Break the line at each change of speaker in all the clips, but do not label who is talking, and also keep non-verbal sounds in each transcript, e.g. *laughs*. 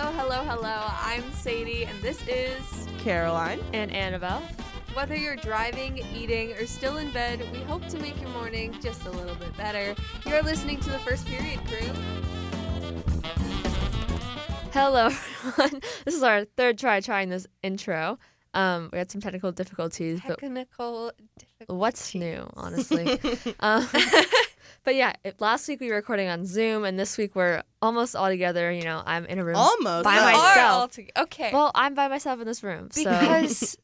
hello. I'm Sadie, and this is
Caroline.
and Annabelle.
Whether you're driving, eating, or still in bed, we hope to make your morning just a little bit better. You're listening to the First Period Crew.
Hello, *laughs* everyone. This is our third try trying this intro. Um, we had some technical difficulties, but
Technical difficulty.
what's new, honestly? um, *laughs* but yeah, it, last week we were recording on Zoom, and this week we're almost all together. You know, I'm in a room.
Almost.
By
We
though.
are
myself.
all tog- okay. *laughs*
well, I'm by myself in this room. So,
because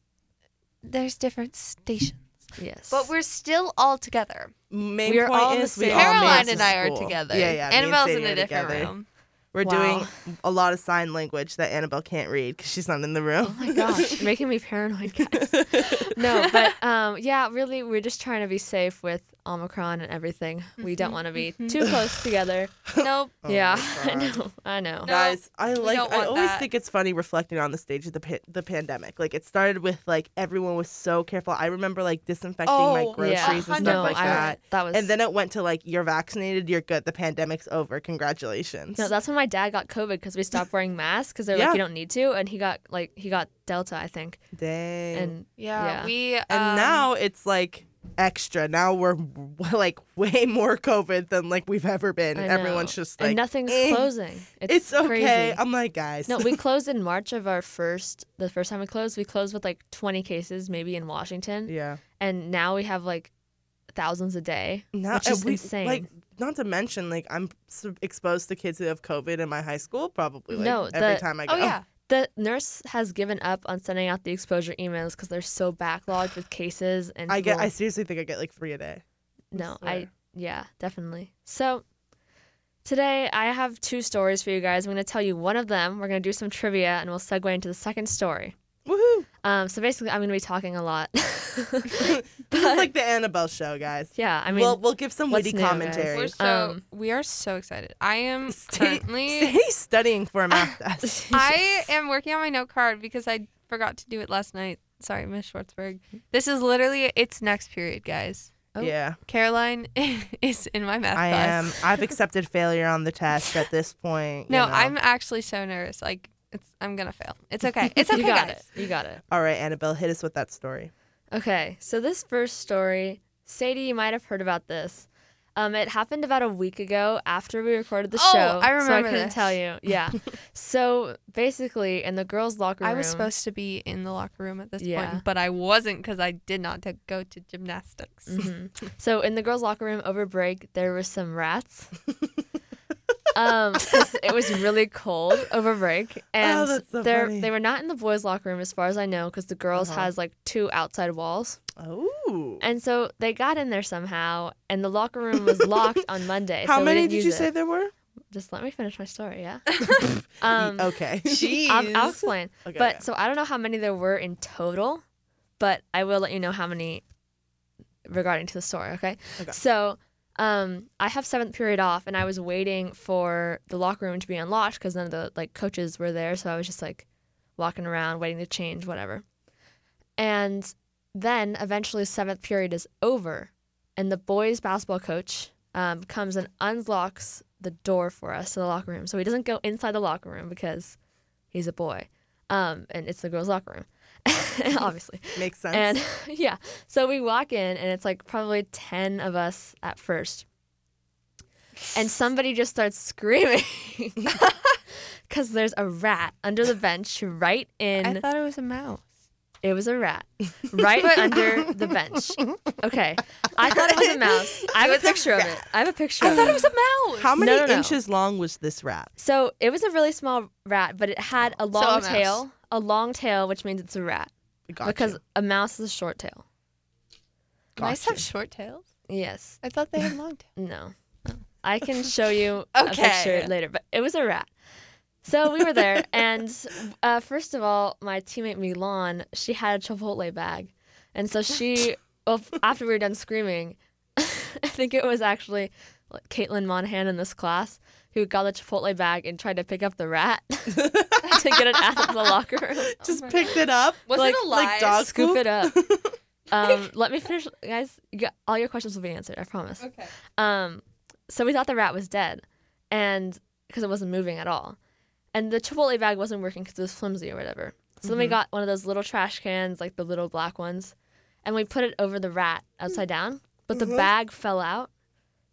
there's different stations,
*laughs* yes.
but we're still all together.
Main
we are
point
all in the
is we
same-
all made it
Caroline
to
and I are
school.
together.
Yeah, yeah. me and
Annabelle's
Sadie
in a
are
different
together. *laughs*
room.
We're
Wow.
doing a lot of sign language that Annabelle can't read because she's not in the room.
Oh my gosh, you're making me paranoid,
*laughs*
guys. No, but um, yeah, really, we're just trying to be safe with Omicron and everything. We don't want to be too close together.
nope.
Oh my
yeah, *laughs* I
God.
know. I know.
No,
Guys, I like.
don't
I
want
always
that.
think it's funny reflecting on the stage of the pa- the pandemic. Like it started with like everyone was so careful. I remember like disinfecting my
Oh,
groceries
yeah.
and stuff
No,
like
I-
that.
That was.
And then it went to like you're vaccinated, you're good. The pandemic's over. Congratulations.
no, that's when my dad got COVID because we stopped wearing masks because they're
Yeah.
like you don't need to, and he got like he got Delta, I think,
Dang. And,
and
Yeah,
Yeah.
we. Um,
now it's like extra. Now we're *laughs* like way more COVID than like we've ever been.
I
Everyone's
know.
just like
and nothing's
eh,
closing. It's,
It's, okay.
Crazy.
I'm like guys. *laughs*
no, we closed in March of our first. The first time we closed, we closed with like 20 cases, maybe in Washington,
yeah.
and now we have like thousands a day.
Now,
Which
and
is insane.
Like not to mention like I'm s- exposed to kids who have COVID in my high school probably like
No,
every
the-
time I go.
Oh yeah.
The nurse has given up on sending out the exposure emails because they're so backlogged with cases and
I get. I
people-
seriously think I get like three a day.
no
swear.
I yeah definitely so today I have two stories for you guys I'm gonna tell you one of them we're gonna do some trivia and we'll segue into the second story
Woohoo! *laughs*
um so basically I'm gonna be talking a lot *laughs*
This is like the Annabelle show, guys.
yeah I mean *laughs*
we'll we'll give some
what's
witty
new, guys?
commentary. *laughs*
We're so
Um,
we are so excited. I am
Stay-
currently.
Sadie's studying for a
*laughs*
math
Oh.
test.
I am working on my note card because I forgot to do it last night. Sorry, Miss Schwartzberg. This is literally it's next period, guys.
Oh.
Yeah,
Caroline *laughs* is in my math
I
class.
am.
*laughs*
I've accepted failure on the test at this point. you
No,
know.
I'm actually so nervous. Like it's I'm gonna fail. It's
*laughs*
okay. It's okay,
you got
guys.
it you got it
All right, Annabelle, hit us with that story.
Okay, so this first story, Sadie, you might have heard about this. Um, it happened about a week ago after we recorded the
Oh,
show.
I
So I
remember
couldn't
this.
tell you.
*laughs*
Yeah. so basically, in the girls' locker room,
I was supposed to be in the locker room at this
Yeah.
point, but I wasn't because I did not t- go to gymnastics.
Mm.
Mhm. So in the girls' locker room over break, there were some
*laughs*
rats. um, 'cause it was really cold over break, and
Oh, that's so
they're-
funny.
they were not in the boys' locker room as far as I know, because the girls
Uh-huh.
has like two outside walls.
Oh.
And so they got in there somehow, and the locker room was locked on Monday.
*laughs* How
so we
many
didn't
did
use
you
it.
say there were?
just let me finish my
*laughs*
story, yeah? um, *laughs*
okay.
Jeez.
I'll, I'll explain.
Okay,
But
okay.
so I don't know how many there were in total, but I will let you know how many regarding to the story, okay?
Okay.
So um, I have seventh period off, and I was waiting for the locker room to be unlocked because none of the like coaches were there, so I was just like walking around waiting to change whatever. And then eventually seventh period is over, and the boys basketball coach um, comes and unlocks the door for us to the locker room. So he doesn't go inside the locker room because he's a boy, um, and it's the girls' locker
*laughs*
room, *laughs* obviously.
makes sense.
And *laughs* yeah, so we walk in, and it's like probably 10 of us at first. And somebody just starts screaming
*laughs*
*laughs* because there's a rat under the bench right in.
I thought it was a mouse.
It was
*laughs*
a rat right under the bench. Okay. I thought
*laughs*
it was a mouse. I have a picture of it. I have a picture
I
of
thought it
it.
was a mouse.
How many
no, no.
inches long was this rat?
So it was a really small rat, but it had a
a
long
mouse.
tail. A long tail, which means it's a rat.
Gotcha.
Because a mouse is a short tail.
mice have
Gotcha.
short tails?
Yes.
I thought they had long tails.
No. I can show you
Okay.
a picture later, but it was a rat. So we were there, and uh, first of all, my teammate Milan, she had a Chipotle bag. And so she, well, after we were done screaming, *laughs* I think it was actually like, Caitlin Monahan in this class who got the Chipotle bag and tried to pick up the rat *laughs* to get it out of the locker room,
*laughs* just
my
picked it up. *laughs*
Was
Like-
it alive?
like dog
scoop
poop?
it up. Um, let me finish, guys. You got, all your questions will be answered, I promise.
Okay.
Um, so we thought the rat was dead, and because it wasn't moving at all, And the Chipotle bag wasn't working because it was flimsy or whatever. So then we
Mhm.
got one of those little trash cans, like the little black ones, and we put it over the rat upside down. But the
Mhm.
bag fell out.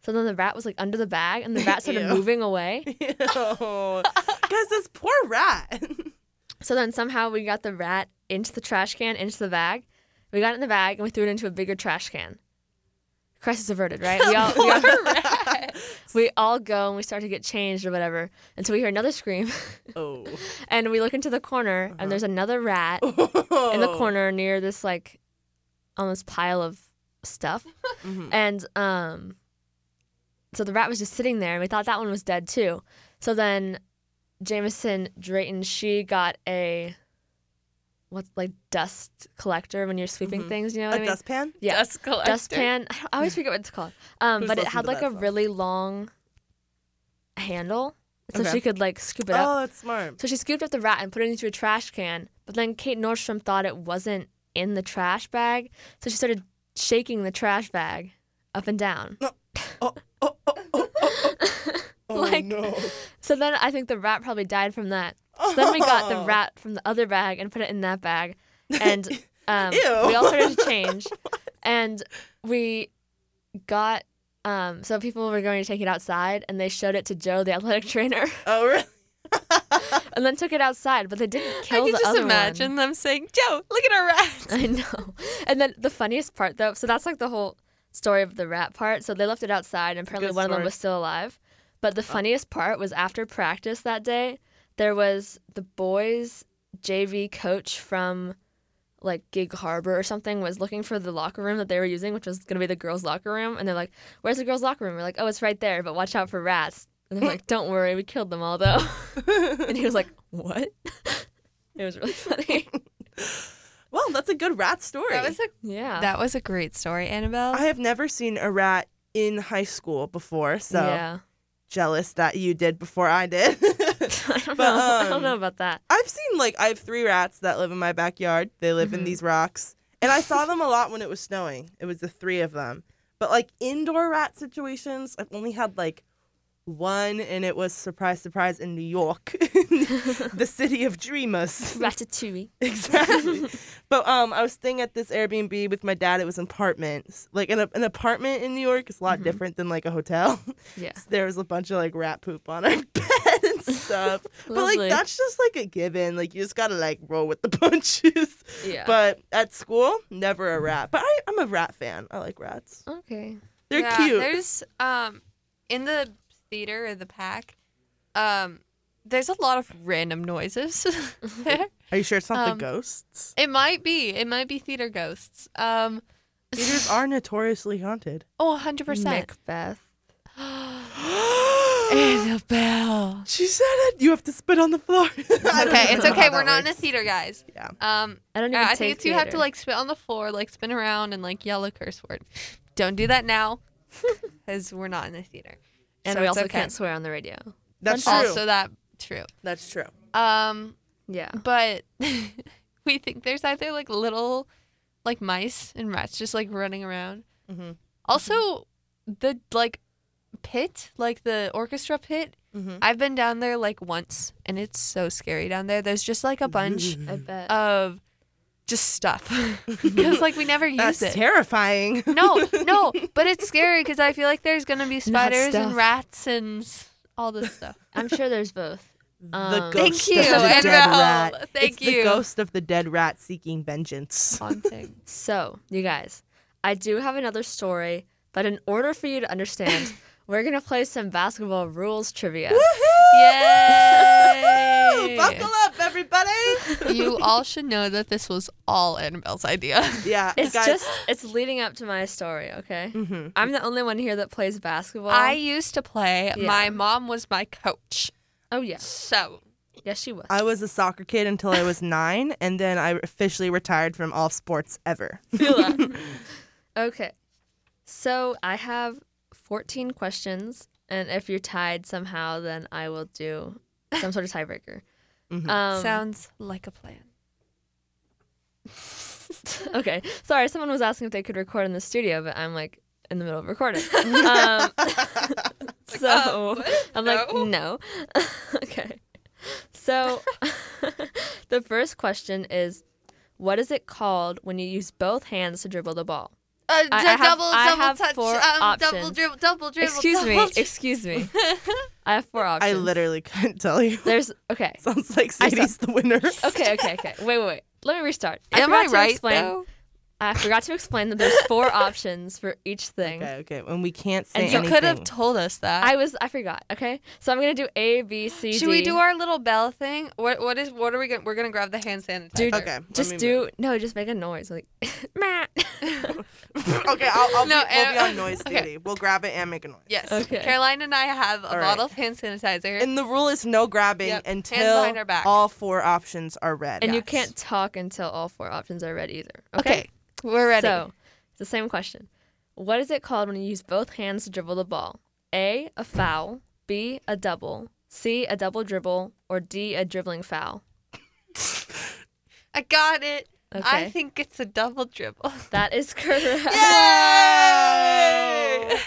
So then the rat was like under the bag, and the rat started
Ew.
moving away.
Because this poor rat. *laughs*
So then somehow we got the rat into the trash can, into the bag. We got it in the bag and we threw it into a bigger trash can. Crisis averted, right? We all, we, all, *laughs* we all go and we start to get changed or whatever. And so we hear another scream *laughs*
oh.
and we look into the corner
Uh-huh.
and there's another rat in the corner near this like almost pile of stuff.
Mhm.
And um, so the rat was just sitting there, and we thought that one was dead too. So then Jameson Drayton, she got a what's like dust collector when you're sweeping
Mhm.
things. You know
A
what I mean?
dustpan?
yeah,
Dust collector.
dustpan. I, don't- I always forget what it's called. Um,
Who's
but it
listened
had
to
like
that
a
song?
really long handle, so
Okay.
she could like scoop it up.
Oh, that's
*laughs*
smart.
So she scooped up the rat and put it into a trash can. But then Kate Nordstrom thought it wasn't in the trash bag, so she started shaking the trash bag up and down.
Oh,
*laughs* Like-
no.
So then I think the rat probably died from that. So then we
*laughs*
*laughs*
got the
Oh.
rat from the other bag and put it in that bag, and um,
Ew.
we all started
*laughs*
to change, and we got. Um, so people were going to take it outside, and they showed it to Joe, the athletic *laughs* trainer,
Oh, really?
and then took it outside. But they didn't
I
kill
can
the
just
other
imagine
one.
them saying, Joe, look *laughs* at our rat.
*laughs* I know. And then the funniest part, though, so that's like the whole story of the rat part. So they left it outside, and
a
apparently
good
one of them
story. Oh.
was still alive. But the funniest part was after practice that day, there was the boys' JV coach from like Gig Harbor or something was looking for the locker room that they were using, which was going to be the girls' locker room. And they're like, Where's the girls' locker room? We're like, Oh, it's right there, but watch out for rats. And
*laughs*
they're like, Don't worry, we killed them all, though. *laughs* and he was like, What? *laughs* it was
*laughs*
really funny.
Well, that's a good rat story.
That was a,
Yeah.
that was a great story, Annabelle.
I have never seen a rat in high school before, so
yeah.
jealous that you did before I did. *laughs*
*laughs* I don't
But,
know. I don't know
um,
about that.
I've seen like I have three rats that live in my backyard. They live
Mm-hmm.
in
Mhm.
these rocks, and I saw them a lot when it was snowing. It was the three of them. But like indoor rat situations, I've only had like one, and it was surprise, surprise in New York, *laughs*
*laughs*
the city of dreamers.
Ratatouille.
*laughs* Exactly. but um, I was staying at this Airbnb with my dad. It was an apartment. Like an, an apartment in New York is a lot
Mm-hmm.
Mhm.
different than like a hotel. *laughs*
Yeah.
there was a bunch of like rat poop on our *laughs* bed
*laughs*
and stuff. but like
Lovely.
that's just like a given. Like you just gotta like roll with the *laughs* punches.
Yeah.
But at school, never a rat. But I, I'm a rat fan. I like rats.
okay.
They're
Yeah,
cute.
There's um in the theater or the pack, um,
There's a lot of random *laughs* noises there.
Are you sure it's not
um,
the
*laughs*
ghosts?
It might be. It might be theater ghosts. Um,
Theaters are
*gasps*
notoriously haunted. *gasps*
oh, 100%.
Macbeth.
*gasps*
*laughs*
Annabelle.
she said it. You have to spit on the floor. *laughs* I don't
okay, it's
know how
okay.
that
We're not in a
works.
theater, guys.
Yeah.
Um,
I don't
uh,
even
I
take
think it's you have to
theater.
like spit on the floor, like spin around, and like yell a curse word. Don't do that now, because we're not in the theater.
And
so
we
it's
also
okay.
can't swear on the radio.
That's true.
Also, that true.
That's true.
Um,
Yeah.
but *laughs* we think there's either like little, like mice and rats just like running around.
Mhm.
Also, the like pit, like the orchestra pit.
Mm-hmm.
I've been down there like once, and it's so scary down there. There's just like a bunch
I
Mm.
bet.
of just stuff *laughs* because like we never
That's
use it.
terrifying.
No, no, but it's scary because I feel like there's gonna be spiders and
stuff.
rats and s- all this stuff.
I'm sure there's both.
*laughs* the
Um,
ghost
Thank you,
of the dead
Annabelle.
rat.
*laughs* Thank
it's
you.
The ghost of the dead rat seeking vengeance.
Haunting.
So, you guys, I do have another story, but in order for you
*laughs*
to understand, we're gonna play some basketball rules trivia.
Yay!
*laughs* Buckle up,
*laughs*
everybody.
you all should know that this was all Annabelle's idea.
*laughs* yeah,
It's
guys.
just it's leading up to my story, okay?
hmm
I'm the only one here that plays basketball.
I used to play.
Yeah.
My mom was my coach.
oh yeah,
So
yes she was.
I was a soccer kid until I was nine, and then I officially retired from all sports ever.
*laughs* Okay. So I have 14 questions, and if you're tied somehow, then I will do some sort of tiebreaker.
Mhm.
Um,
sounds like a *laughs* plan.
*laughs* okay. Sorry, someone was asking if they could record in the studio, but I'm like in the middle of recording. um, so
oh, what?
I'm like, no. *laughs* okay. So *laughs* the first question is what is it called when you use both hands to dribble the ball?
Uh,
I
d-
have-
double,
I
double
have
touch.
four
um, Double
options.
dribble, double dribble.
excuse me.
double
*laughs*
dri-
Excuse me. I have four
I
options.
literally couldn't tell you. *laughs*
There's okay.
Sounds like
I saw-
Sadie's the winner.
Okay, okay, okay. Wait, wait, wait. Let me restart.
Am
forgot
I
to
right
explain-
though?
I forgot to explain that there's four options for each thing.
Okay, okay. And we can't say
And you
You
anything.
could have told us that.
I was I forgot. Okay, so I'm gonna do A, B, C,
Should we
D.
do our little bell thing?
what what is what are we gonna we're gonna grab the hand sanitizer.
Dude,
Okay, let
Just
me
*laughs*
do no. Just make a noise like. *laughs* Meh.
move. okay, I'll, I'll
No,
be, we'll be
and-
on noise,
*laughs*
Sadie.
okay.
We'll grab it and make a noise.
Yes.
Okay.
Caroline and I have a
All right.
bottle of hand sanitizer.
And the rule is no grabbing
Yep, hands behind
until
our back.
all four options are read.
and you
Yes.
can't talk until all four options are read either.
okay. We're ready.
So it's the same question. What is it called when you use both hands to dribble the ball? A, a foul. B, a double. C, a double dribble. Or D, a dribbling foul.
I got it.
Okay.
I think it's a double dribble. *laughs*
that is *laughs* correct.
Yay!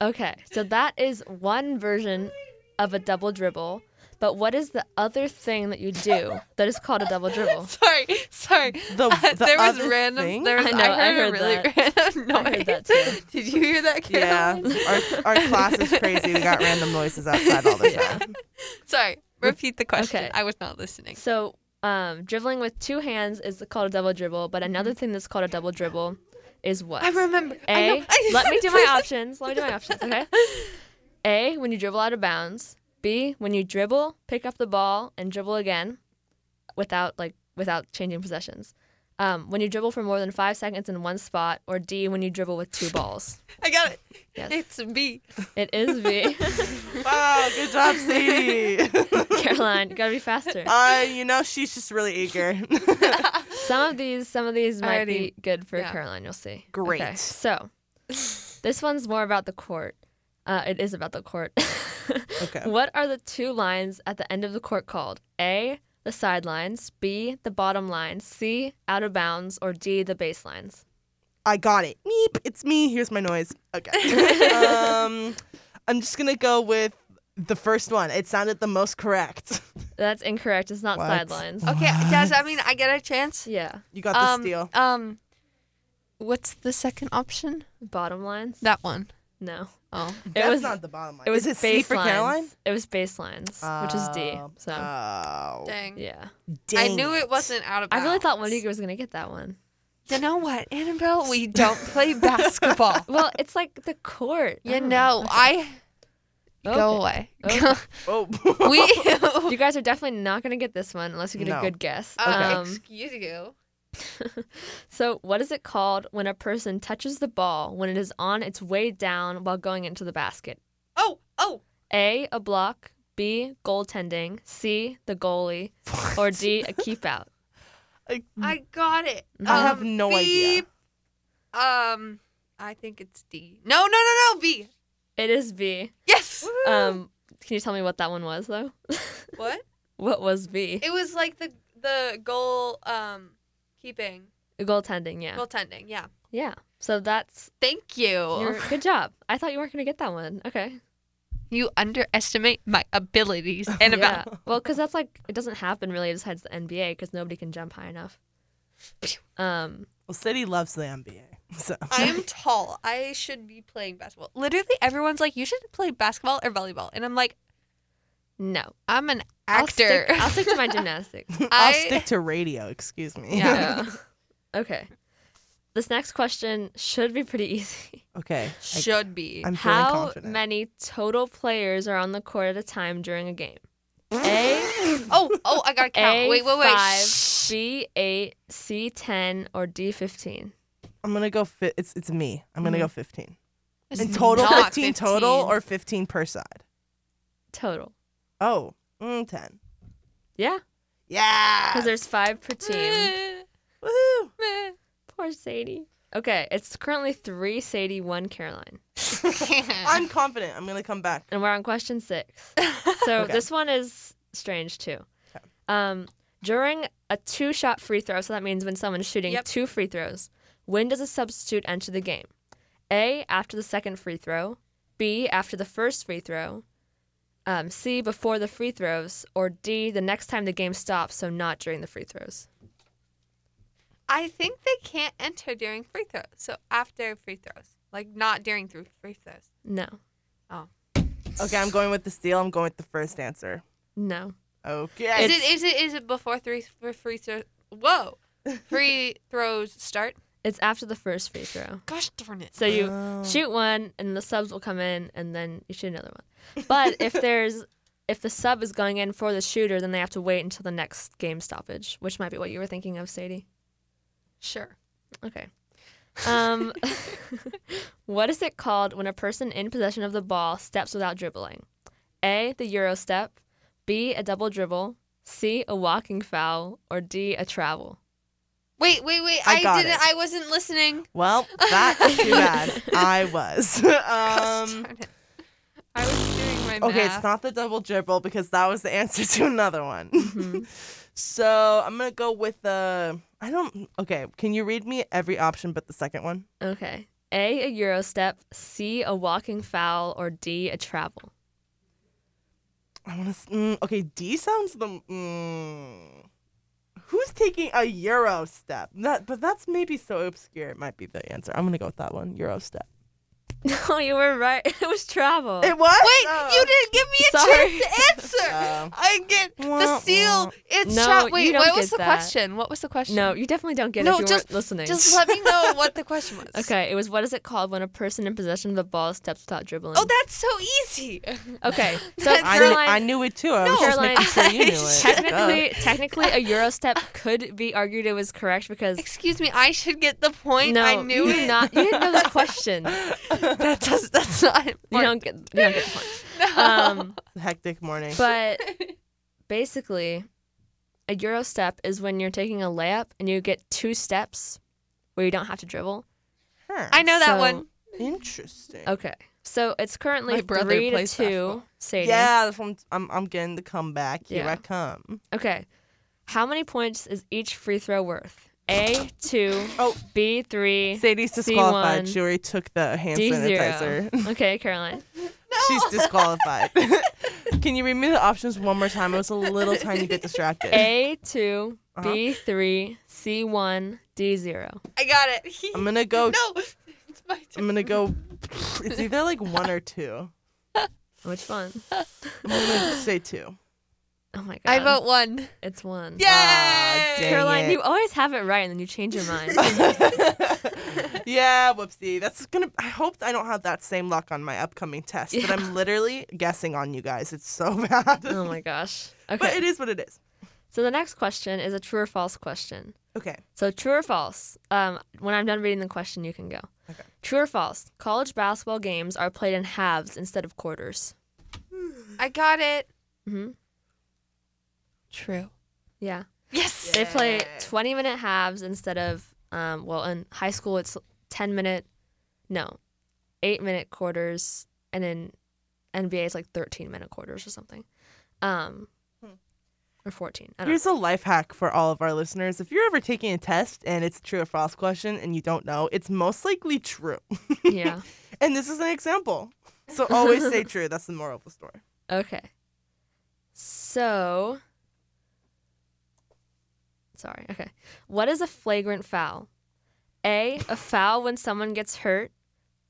Okay, so that is one version of a double dribble. But what is the other thing that you do that is called a double
*laughs* *laughs*
dribble?
sorry, sorry.
The,
Uh,
the
there was
other
random.
thing-
There was,
I
I,
know, I
heard
heard
a really random noise.
I heard that too.
*laughs* Did you hear that,
yeah,
*laughs*
Caroline?
our, our class is crazy. We got random noises outside all the
Yeah. *laughs*
time.
Sorry. Repeat the question.
Okay.
I was not listening.
So, um, dribbling with two hands is called a double dribble, but another thing that's called a double dribble is what?
I remember. I
A.
know. *laughs* I-
let me do my options. Let me do my options, okay? A, when you dribble out of bounds. B, when you dribble, pick up the ball and dribble again without like without changing possessions. Um, when you dribble for more than five seconds in one spot, or D, when you dribble with two balls.
I got it.
Yes.
It's *laughs* B.
It
*laughs*
is B.
Wow, good job, Sadie.
Caroline, you gotta be faster.
*laughs* uh, you know she's just really eager. *laughs*
Some of these, some of these might be good for
yeah.
Caroline. You'll see.
Great.
Okay, so, this one's more about the court. Uh, it is about the court. *laughs*
Okay.
What are the two lines at the end of the court called? A. The sidelines. B. The bottom line. C. Out of bounds. Or D. The baselines.
I got it. Meep. It's me. Here's my noise.
*laughs*
Okay. um, I'm just gonna go with the first one. It sounded the most correct.
That's incorrect. It's not
What? Oh.
sidelines.
Okay, does that mean I get a chance?
Yeah.
You got the
Um,
steal.
um, what's the second option?
Bottom lines.
That one.
No.
Oh.
That's
it was.
not the bottom line.
it was
Is it
baselines.
C for Caroline?
It was baselines, which is D.
Oh,
So
oh,
Dang.
yeah.
I
dang
knew it wasn't out of
I
bounds.
really thought Monique was gonna get that one.
You know what, Annabelle?
*laughs*
We don't play basketball.
Well, it's like the court. I
you
don't
*laughs*
know, I go
Okay.
away.
Okay.
Oh.
*laughs*
*laughs*
we. *laughs*
You guys are definitely not gonna get this one unless you get
No.
a good guess.
Uh,
Um,
excuse you.
So, what is it called when a person touches the ball when it is on its way down while going into the basket?
Oh, oh.
A, a block. B, goaltending. C, the goalie. Or D, a keep out.
I,
I got it.
Mm. I have no idea.
idea. Um, I think it's D. No, no, no, no. B.
It is B.
Yes.
Um, can you tell me what that one was, though?
What?
what was B?
It was like the the goal um keeping
goaltending, yeah.
goaltending. Yeah.
yeah. So, that's
Thank you.
your good job. I thought you weren't going to get that one. Okay.
you underestimate my abilities,
Yeah. Well, because that's like, it doesn't happen really besides the NBA because nobody can jump high enough. Um,
Well, City loves the NBA. So *laughs*
I'm tall. I should be playing basketball. Literally, everyone's like, "You should play basketball or volleyball," and I'm like,
no.
"I'm an
I'll
actor." *laughs*
stick- I'll stick, to my gymnastics.
I'll
I-
stick to radio. Excuse me.
Yeah.
*laughs* okay. This next question should be pretty *laughs* easy.
*laughs* okay. I,
should be.
I'm feeling
How
confident.
many total players are on the court at a time during a game? A,
oh, oh, I gotta count.
A
wait, wait, wait.
five,
Shh.
B eight, C ten, or D fifteen?
I'm gonna go. Fi- it's it's me. I'm gonna
Mm-hmm.
go 15.
It's
In total,
not
15 total or 15 per side.
Total.
Oh, mm, 10.
Yeah,
Yeah.
because there's five per team.
*laughs* Meh,
Woohoo.
meh.
Poor Sadie. Okay, it's currently three Sadie, one Caroline,
I'm confident. I'm gonna come back.
and we're on question six. So
Okay.
this one is strange too. Um, during a two shot free throw, so that means when someone's shooting
Yep.
two free throws, when does a substitute enter the game? A, after the second free throw. B, after the first free throw. Um, C, before the free throws. Or D, the next time the game stops, so not during the free throws.
I think they can't enter during free throws. So after free throws, like not during through free throws.
No.
Okay, I'm going with the steal. I'm going with the first answer.
No.
Okay.
Is it is it is it before three for free throws? Whoa,
*laughs*
free throws start.
It's after the first free throw.
Gosh darn it.
So you
Oh.
shoot one and the subs will come in and then you shoot another one. But if there's if the sub is going in for the shooter, then they have to wait until the next game stoppage, which might be what you were thinking of, Sadie.
Sure.
Okay. Um, *laughs* what is it called when a person in possession of the ball steps without dribbling? A. The Euro step. B. A double dribble. C. A walking foul. Or D. A travel.
Wait, wait, wait!
I
I,
got
didn't.
it.
I wasn't
Um,
listening.
Well,
*laughs*
that's too bad. I was.
Gosh
*laughs* um,
darn it. I was doing my
okay,
math.
it's not the double dribble because that was the
*laughs*
answer to another one.
Mhm.
so I'm gonna go with the. I don't. Okay, can you read me every option but the second one?
*laughs* Okay. A. A Euro step. C. A walking foul. Or D. A travel.
I want to. Mm, okay, D sounds the. Mm, who's taking a euro step? That, but that's maybe so obscure. It might be the answer. I'm gonna go with that one. Euro step.
*laughs* No, Oh, you were right. It was travel.
It was.
Wait,
Oh.
you didn't give me a
Sorry. *laughs*
chance to answer.
Oh.
I get
Wah,
the seal.
wah.
It's
No,
shot.
you
Wait,
don't
what was
get
the
that.
question. What was the question?
no, you definitely don't get it
No,
if you
just-
weren't listening.
Just let me know what the question was.
*laughs* okay, it was what is it called when a person in possession of the ball steps without dribbling?
Oh, that's so easy.
*laughs*
*laughs*
okay. So
that's-
I, kn-
Caroline,
I knew it too. I was just
Caroline,
making sure you knew
*laughs*
it.
technically, technically, a Eurostep could be argued it was correct because
Excuse me, I should get the point.
no,
I knew
you
it.
did not. You didn't know
*laughs*
the question.
*laughs*
That does, *laughs* that's not
You
important.
don't get. You don't get the
*laughs*
point. Um,
Duh. Hectic morning.
but basically, a Eurostep is when you're taking a layup and you get two steps where you don't have to dribble.
Huh.
I know that
So-
one.
Interesting.
Okay, so it's currently
My brother
three to
plays
two.
basketball.
Sadie.
Yeah, that's what I'm, I'm I'm getting the comeback. Here
Yeah.
I come.
Okay. How many points is each free throw worth? A two.
Oh.
B three.
Sadie's disqualified.
C1.
She already took the hand
D zero.
sanitizer.
*laughs*
*laughs*
Okay, Caroline.
She's disqualified. *laughs* Can you read me the options one more time? I was a
*laughs*
little tiny bit distracted.
A two,
Uh-huh.
B three, C one, D zero.
I got it. *laughs*
I'm gonna go.
No, *laughs* it's my turn.
I'm gonna go. It's either like one or two. *laughs*
Which one?
I'm gonna say two.
Oh my god.
I vote one.
It's one.
Yay!
Ah, dang
Caroline,
it.
you always have it right and then you change
*laughs*
your mind.
yeah, whoopsie. That's gonna. I hope I don't have that same luck on my upcoming test. But I'm literally guessing on you guys. It's so *laughs* bad.
oh my gosh.
But
Okay.
it is what it is.
So the next question is a true or false question.
Okay.
So true or false? Um, when I'm done reading the question, you can go.
Okay.
True or false? College basketball games are played in halves instead of quarters.
I got it.
hmm
True.
Yeah.
Yes.
They play 20 minute halves instead of, um, well, in high school, it's 10 minute, no, eight minute quarters. And in NBA, it's like 13 minute quarters or something. Um,
Hmm.
Or 14. I don't
Here's a life hack for all of our listeners. If you're ever taking a test and it's a true or false question and you don't know, it's most likely true. *laughs*
know. yeah.
And this is an example. So always
*laughs*
say true. That's the moral of the story.
Okay. So. Sorry. Okay. What is a flagrant foul? A. A foul when someone gets hurt.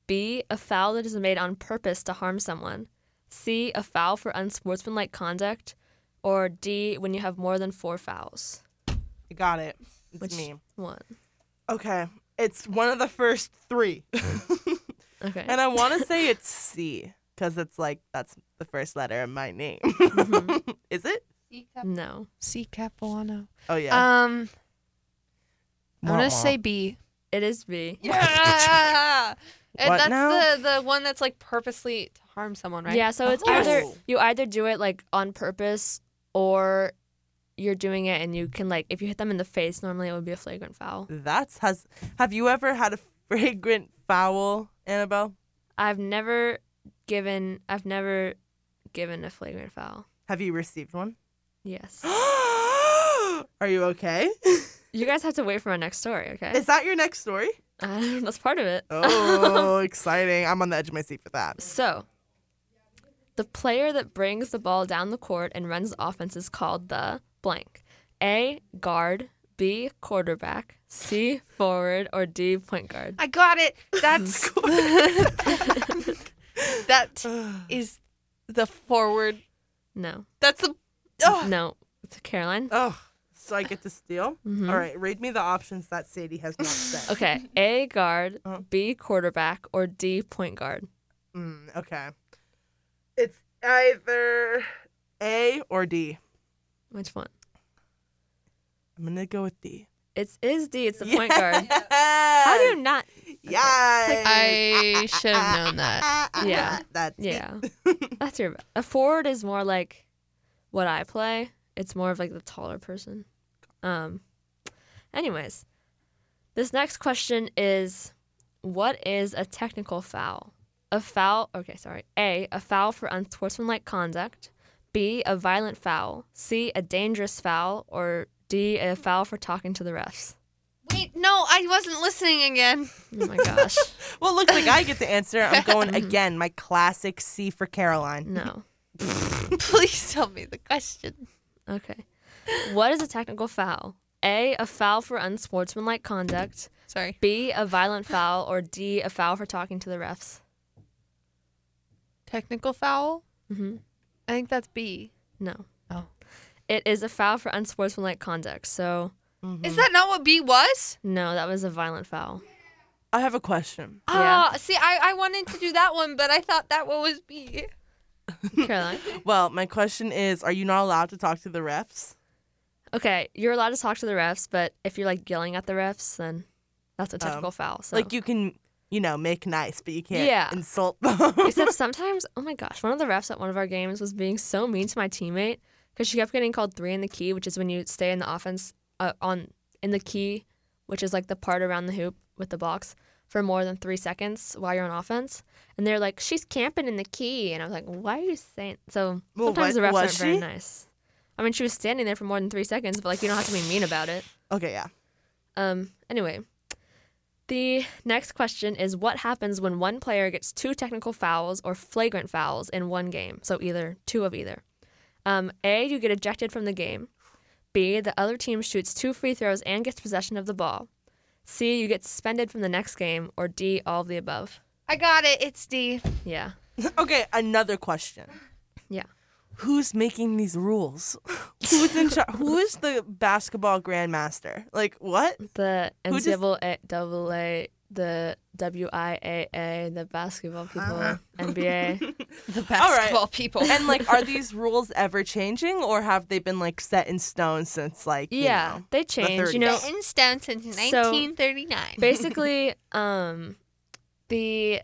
B. A foul that is made on purpose to harm someone. C. A foul for unsportsmanlike conduct. Or D. When you have more than four fouls.
You got it. It's
Which
me.
one?
Okay. It's one of the first three.
Okay.
and I want to say
*laughs*
it's C because it's like, that's the first letter of my name.
Mm-hmm.
Mhm.
*laughs* is it?
No.
C Capuano.
Oh, yeah.
Um, I'm gonna say B.
It is B.
Yeah. *laughs* And
What
that's
now?
the the one that's like purposely to harm someone, right?
Yeah. So it's
Oh.
either you either do it like on purpose or you're doing it and you can like if you hit them in the face normally it would be a flagrant foul
That's has. Have you ever had a fragrant foul, Annabelle?
i've never given i've never given a flagrant foul
Have you
*gasps*
received one? *gasps*
yes
Are you okay?
Eh.
you guys have to wait for my next story okay *laughs*
Is that your next
*laughs*
story?
uh, that's part of it *laughs*
*sighs*
Oh, exciting. I'm on the edge of my seat for that.
so The player that brings the ball down the court and runs the offense is called the blank. A guard, B quarterback, C forward, or D point guard.
I got it.
*laughs*
That's that is the forward.
No,
That's the
oh,
*sighs* no, it's Caroline.
oh, so I get to steal?
Mhm.
Mm-hmm.
All right, read me the options that Sadie
*laughs*
has not said.
Okay, A guard,
*laughs* Uh-huh.
B quarterback, or D point guard.
Mm, okay. It's either A or D.
Which one?
I'm gonna go with D.
It's is
*laughs*
D. It's the point guard. How do you not?
Yes.
I should have known that.
*laughs*
Yeah.
That's it.
Yeah, *laughs* that's your. A forward is more like what I play. It's more of like the taller person. Um. Anyways, this next question is, what is a technical foul? A foul. Okay, sorry. A. A foul for unsportsmanlike conduct. B. A violent foul. C. A dangerous foul. Or D. A foul for talking to the refs.
wait. No, I wasn't listening again.
Oh my gosh.
Well, it looks like I get to answer.
*laughs*
I'm going again. My classic C for Caroline.
No.
*laughs* Please tell me the question.
Okay. What is a technical foul? A. A foul for unsportsmanlike conduct.
Sorry.
B. A violent foul. Or D. A foul for talking to the refs.
Technical foul?
hmm
I think that's B.
No.
Oh.
It is a foul for unsportsmanlike conduct. So
Is that not what B was?
no, that was a violent foul.
I have a question.
Yeah.
Ah, see, I, I wanted to do that one, but I thought that one was B.
Caroline.
Well, my question is: Are you not allowed to talk to the refs?
Okay, you're allowed to talk to the refs, but if you're like yelling at the refs, then that's a technical foul. So
Like you can, you know, make nice, but you can't
Yeah.
insult them.
Except sometimes, oh my gosh, one of the refs at one of our games was being so mean to my teammate because she kept getting called three in the key, which is when you stay in the offense uh, on in the key, which is like the part around the hoop with the box for more than three seconds while you're on offense. And they're like, "She's camping in the key," and I was like, "Why are you saying?" So
Well,
sometimes
what-
the refs
was
aren't very
she?
nice. I mean, she was standing there for more than three seconds, but like you don't have to be mean about it.
*laughs* okay, yeah.
Um, anyway, the next question is what happens when one player gets two technical fouls or flagrant fouls in one game? So either two of either. Um, a, you get ejected from the game. B, the other team shoots two free throws and gets possession of the ball. C, you get suspended from the next game. Or D, all of the above.
I got it. It's D.
Yeah.
Okay, another question.
Yeah.
Who's making these rules? *laughs* Who's in charge? Who is the basketball grandmaster? Like what?
The
Who does-
NCAA, the WIAA, the basketball people, NBA.
The
basketball
people. *laughs*
And like, are these rules ever changing, or have they been like set in stone since like? you
Yeah,
know?
they change. You know,
the instance since
So-
1939.
basically um the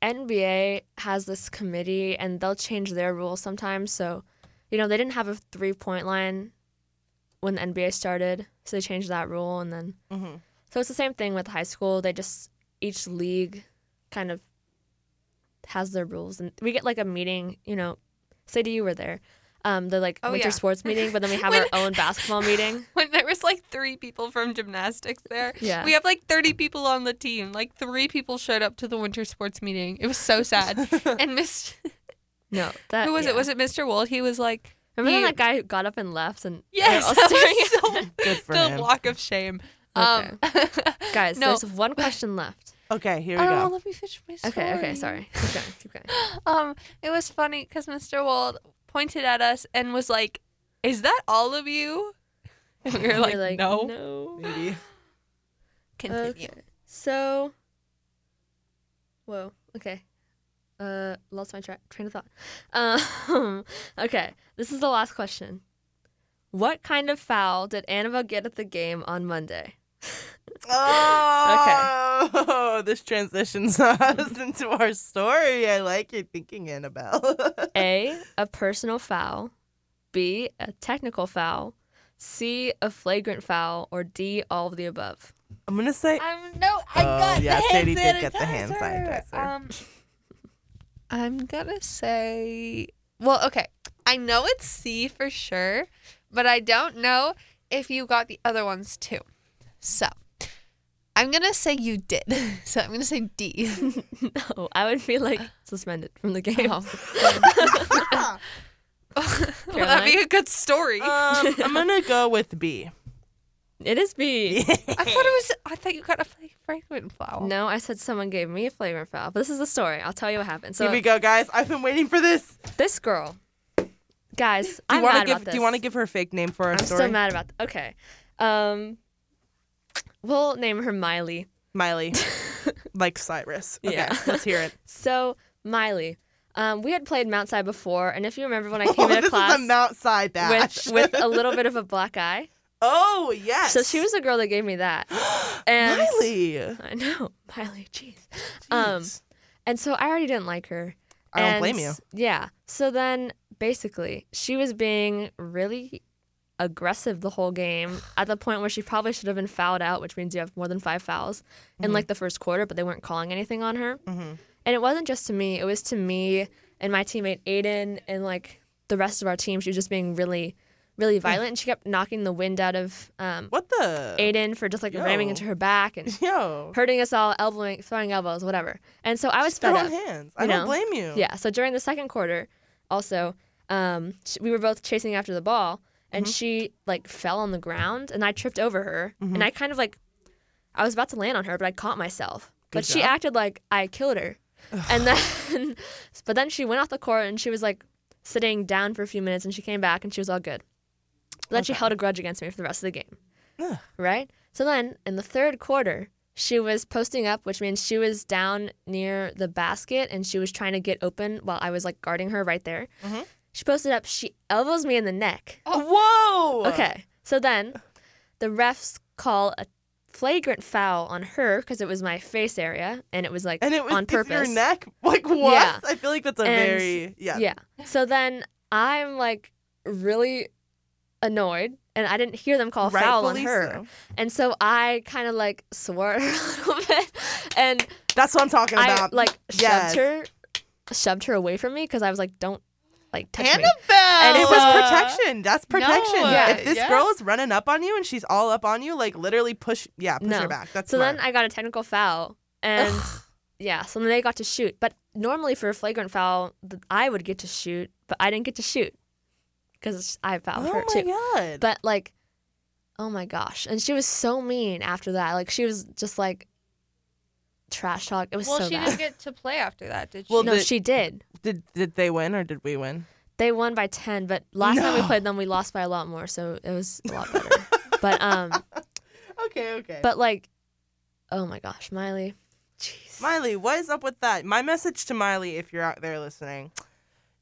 NBA has this committee and they'll change their rules sometimes so you know they didn't have a three point line when the NBA started so they changed that rule and then
Mhm.
so it's the same thing with high school they just each league kind of has their rules and we get like a meeting you know Sadie you were there um the like
Oh,
winter
yeah.
sports meeting but then we
*laughs*
have
When-
our own basketball
*laughs*
meeting
when there was like three people from gymnastics there.
yeah
We have like 30 people on the team. Like three people showed up to the winter sports meeting. It was so sad. and Miss,
no that
who was
Uh, yeah.
it? Was it Mr. Wold? He was like,
Remember
You-
when that guy who got up and left and they were
yes, *laughs*
all
that
staring
was
at-
so
Good for
the
him.
block of shame. Um, *laughs*
guys,
no.
there's one question left.
Okay, here we
I don't
go.
know. Oh, Let me finish my story.
*laughs* Okay, okay, sorry. Keep going, keep going.
Um, it was funny because Mr. Wald pointed at us and was like, "Is that all of you?" *laughs* And we were
You're
like, "No."
Maybe.
Continue.
Okay. So, whoa. Okay. Uh, lost my tra- train of thought. Um, *laughs* okay. This is the last question. What kind of foul did Annabelle get at the game on Monday?
Oh, *laughs* this transitions us into our story. I like your thinking, *laughs* Annabelle.
A. A personal foul. B. A technical foul. C. A flagrant foul. Or D. All of the above. *laughs*
I'm gonna say
Um, no, I
Oh,
got
yeah,
the hand
Sadie did get the hand
sanitizer.
sanitizer.
Um, I'm gonna say, well, okay, I know it's C for sure, but I don't know if you got the other ones too. So, I'm gonna say you did. *laughs* So I'm gonna say D. *laughs*
no, I would feel like suspended from *laughs* the game. Oh.
Well, that'd be a good story.
Um, I'm gonna go with B.
It is *laughs* B.
I thought it was. I thought you got a fla- fragrant flower.
No, I said someone gave me a flavor foul. But this is the story. I'll tell you what happened.
Here
So
we go, guys. I've been waiting for this.
this girl, guys,
Do
I'm
you want
mad
to give?
about this.
Do you want to give her a fake name for our
I'm
story?
still mad about. Th- okay, um, we'll name her Miley. *laughs*
Miley, like Cyrus. Okay,
Yeah.
let's hear it.
So Miley, um, we had played Mount Side before, and if you remember when I
oh, *laughs*
came into
this
class
is a Mount Si bash.
with with a little bit of a black eye,
*laughs* oh yes.
so
*gasps*
she was the girl that gave me that. And
Miley.
*laughs* I know Miley, jeez. Um,
Jeez.
And so I already didn't like her.
I don't
And,
blame you.
Yeah. So then basically, she was being really aggressive the
*sighs*
whole game at the point where she probably should have been fouled out, which means you have more than five fouls
Mm-hmm.
in like the first quarter, but they weren't calling anything on her.
Mhm.
And it wasn't just to me, it was to me and my teammate Aiden and like the rest of our team. She was just being really, really violent. And she kept knocking the wind out of um,
Mm. What the?
Aiden for just like ramming
Yo.
into her back and *laughs*
Yo.
hurting us all, elbowing, throwing elbows, whatever. And so I was fed
Throwing
up.
hands. I
you
don't
know?
blame you.
Yeah. So during the second quarter, also, um, sh- we were both chasing after the ball, and she like fell on the ground, and I tripped over her, and I kind of like, I was about to land on her, but I caught myself. but she
job.
acted like I
*sighs*
killed her, and then, *laughs* but then she went off the court, and she was like sitting down for a few minutes, and she came back, and she was all good. But then she held a grudge against me for the rest of the game.
Ugh.
Right. So then in the third quarter, she was posting up, which means she was down near the basket and she was trying to get open while I was like guarding her right there.
Mhm.
She posted up. She elbows me in the neck.
Oh, Whoa.
Okay. So then the refs call a flagrant foul on her because it was my face area and it was like
And it was
on
it's
purpose.
your neck. *laughs* Like what?
Yeah.
I feel like that's a
And-
very yeah.
Yeah. So then I'm like really annoyed and I didn't hear them call a foul on
Rightfully
her.
so.
And so I kind of like swore *laughs* at her a little bit and
That's what I'm talking
I
about.
like
Yes.
shoved her shoved her away from me because I was like, don't like touch me.
Annabelle.
And it
Oh,
was
Uh,
protection. That's protection.
No,
if this
yeah.
girl is running up on you and she's all up on you, like literally push, yeah, push
No.
her back. That's
So
smart.
then I got a technical foul and yeah, so then they got to shoot. But normally for a flagrant foul, th- I would get to shoot, but I didn't get to shoot because I fouled
oh
her
my
too.
god!
But like, oh my gosh. And she was so mean after that. Like she was just like trash talk. It was
Well,
so
she
bad.
didn't get to play after that, did she?
Well,
no,
the-
she did.
did did they win or did we win?
They won by ten, but last time we
No.
played them we lost by a lot more, so it was a
*laughs*
lot better. but um
Okay, okay.
but like oh my gosh, Miley. Jeez.
Miley, what is up with that? My message to Miley, if you're out there listening,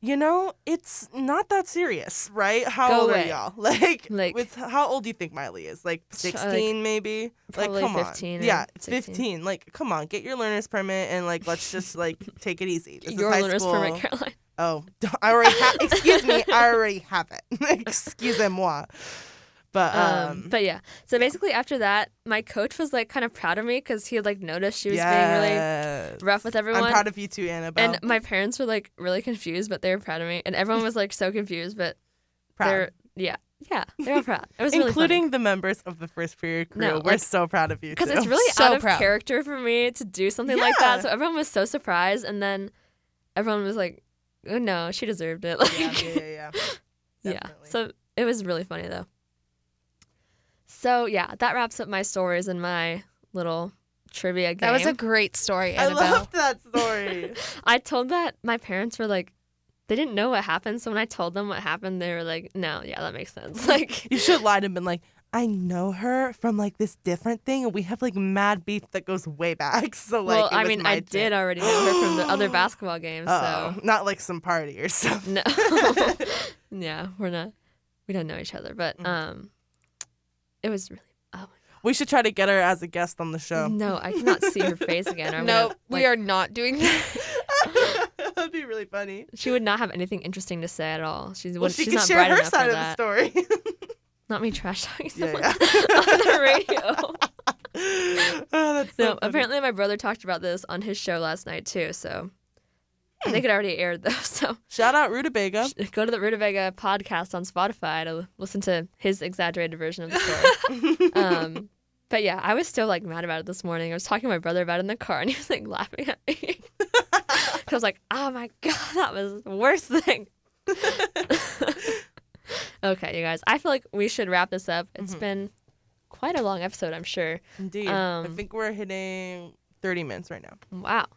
you know it's not that serious, right? How
Go
old
away.
are y'all? *laughs* Like,
Like-
with how old do you think Miley is? Like
So, like,
sixteen, maybe.
probably
like, come
15
on.
or
Yeah,
16.
fifteen. Like, come on, get your learner's permit and like let's just like take it easy. This
Your
is high
learner's
school.
permit, Caroline. *laughs*
Oh, *laughs* I already have. excuse me, I already have it. *laughs* Excusez-moi. But um,
Um, but yeah. So basically after that, my coach was like kind of proud of me because he had like noticed she was being really
yes.
rough with everyone.
I'm proud of you too, Annabelle.
and um, my parents were like really confused, but they were proud of me. And everyone was like so confused, but
proud.
they're yeah, yeah, they were proud. It
*laughs*
was
Including the members of the first period crew.
No,
We're
like-
so proud of you
because
too.
it's really
So
out of
proud.
character for me to do something like that.
Yeah.
So everyone was so surprised, and then everyone was like, "Oh no, she deserved it." *laughs*
*laughs*
Like,
yeah,
yeah,
yeah, yeah,
*laughs*
yeah. Definitely.
So it was really funny though. So yeah, that wraps up my stories and my little trivia game.
That was a great story,
I
Annabelle.
love that
*laughs*
story.
I told that my parents were like, they didn't know what happened. So when I told them what happened, they were like, no, yeah, that makes sense. *laughs* Like,
you should lie to him and *laughs* like, I know her from like this different thing, and we have like mad beef that goes way back. *laughs* So like,
well,
it
I
was
mean,
my
I
turn.
did already know her from the
*gasps*
other basketball game.
Oh,
So
not like some party or
*laughs*
something. *laughs*
no, yeah, we're not, we don't know each other. But
Mm.
um, it was really. Oh
We should try to get her as a guest on the show.
no, I cannot see her face
*laughs*
again. I'm
no,
gonna,
we
like,
are not doing that.
That'd be really funny.
She would not have anything interesting to say at all. She's
Well,
wouldn't-
she
she's
can
not
share
bright
her
enough
side
for
of the
that.
story.
*laughs*
*laughs*
Not me trash talking
Yeah,
someone
yeah.
*laughs* on the
*laughs*
radio.
oh,
*laughs*
that's so
No,
funny.
apparently my brother talked about this on his show last night too. So I
Hmm.
think it already aired though. *laughs* So
Shout out
*laughs*
Rutabaga.
go to the Rutabaga podcast on Spotify to listen to his exaggerated version of the story. um, But yeah, I was still like mad about it this morning. I was talking to my brother about it in the car and he was like laughing at me. I was like, oh my God, that was the worst thing. okay, you guys, I feel like we should wrap this up. It's
Mhm.
been quite a long episode, I'm sure.
*laughs* Indeed. I
Um,
think we're hitting 30 minutes right now.
Wow.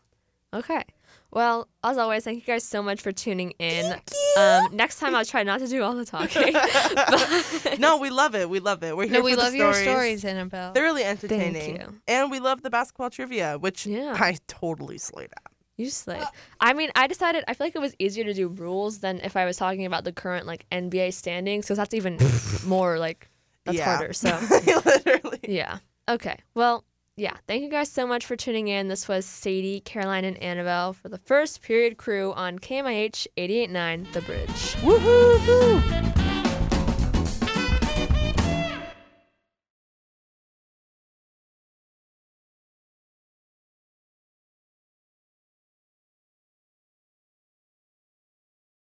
Okay. Well, as always, thank you guys so much for tuning in. *laughs* Um, next time I'll try not to do all the talking.
*laughs*
But-
No, we love it. We love it. We're here
No,
for
we
the
love your
stories.
stories, Annabelle.
They're really
Thank
entertaining.
you.
And we love the basketball trivia, which
Yeah.
I totally slayed at.
You slayed. I mean, I decided I feel like it was easier to do rules than if I was talking about the current like NBA standings because that's even more like that's
Yeah.
harder. So
*laughs*
*laughs*
Literally.
yeah. Okay. Well, yeah. Thank you guys so much for tuning in. This was Sadie, Caroline, and Annabelle for the first period crew on KMIH 88.9 The Bridge.
Woohoo!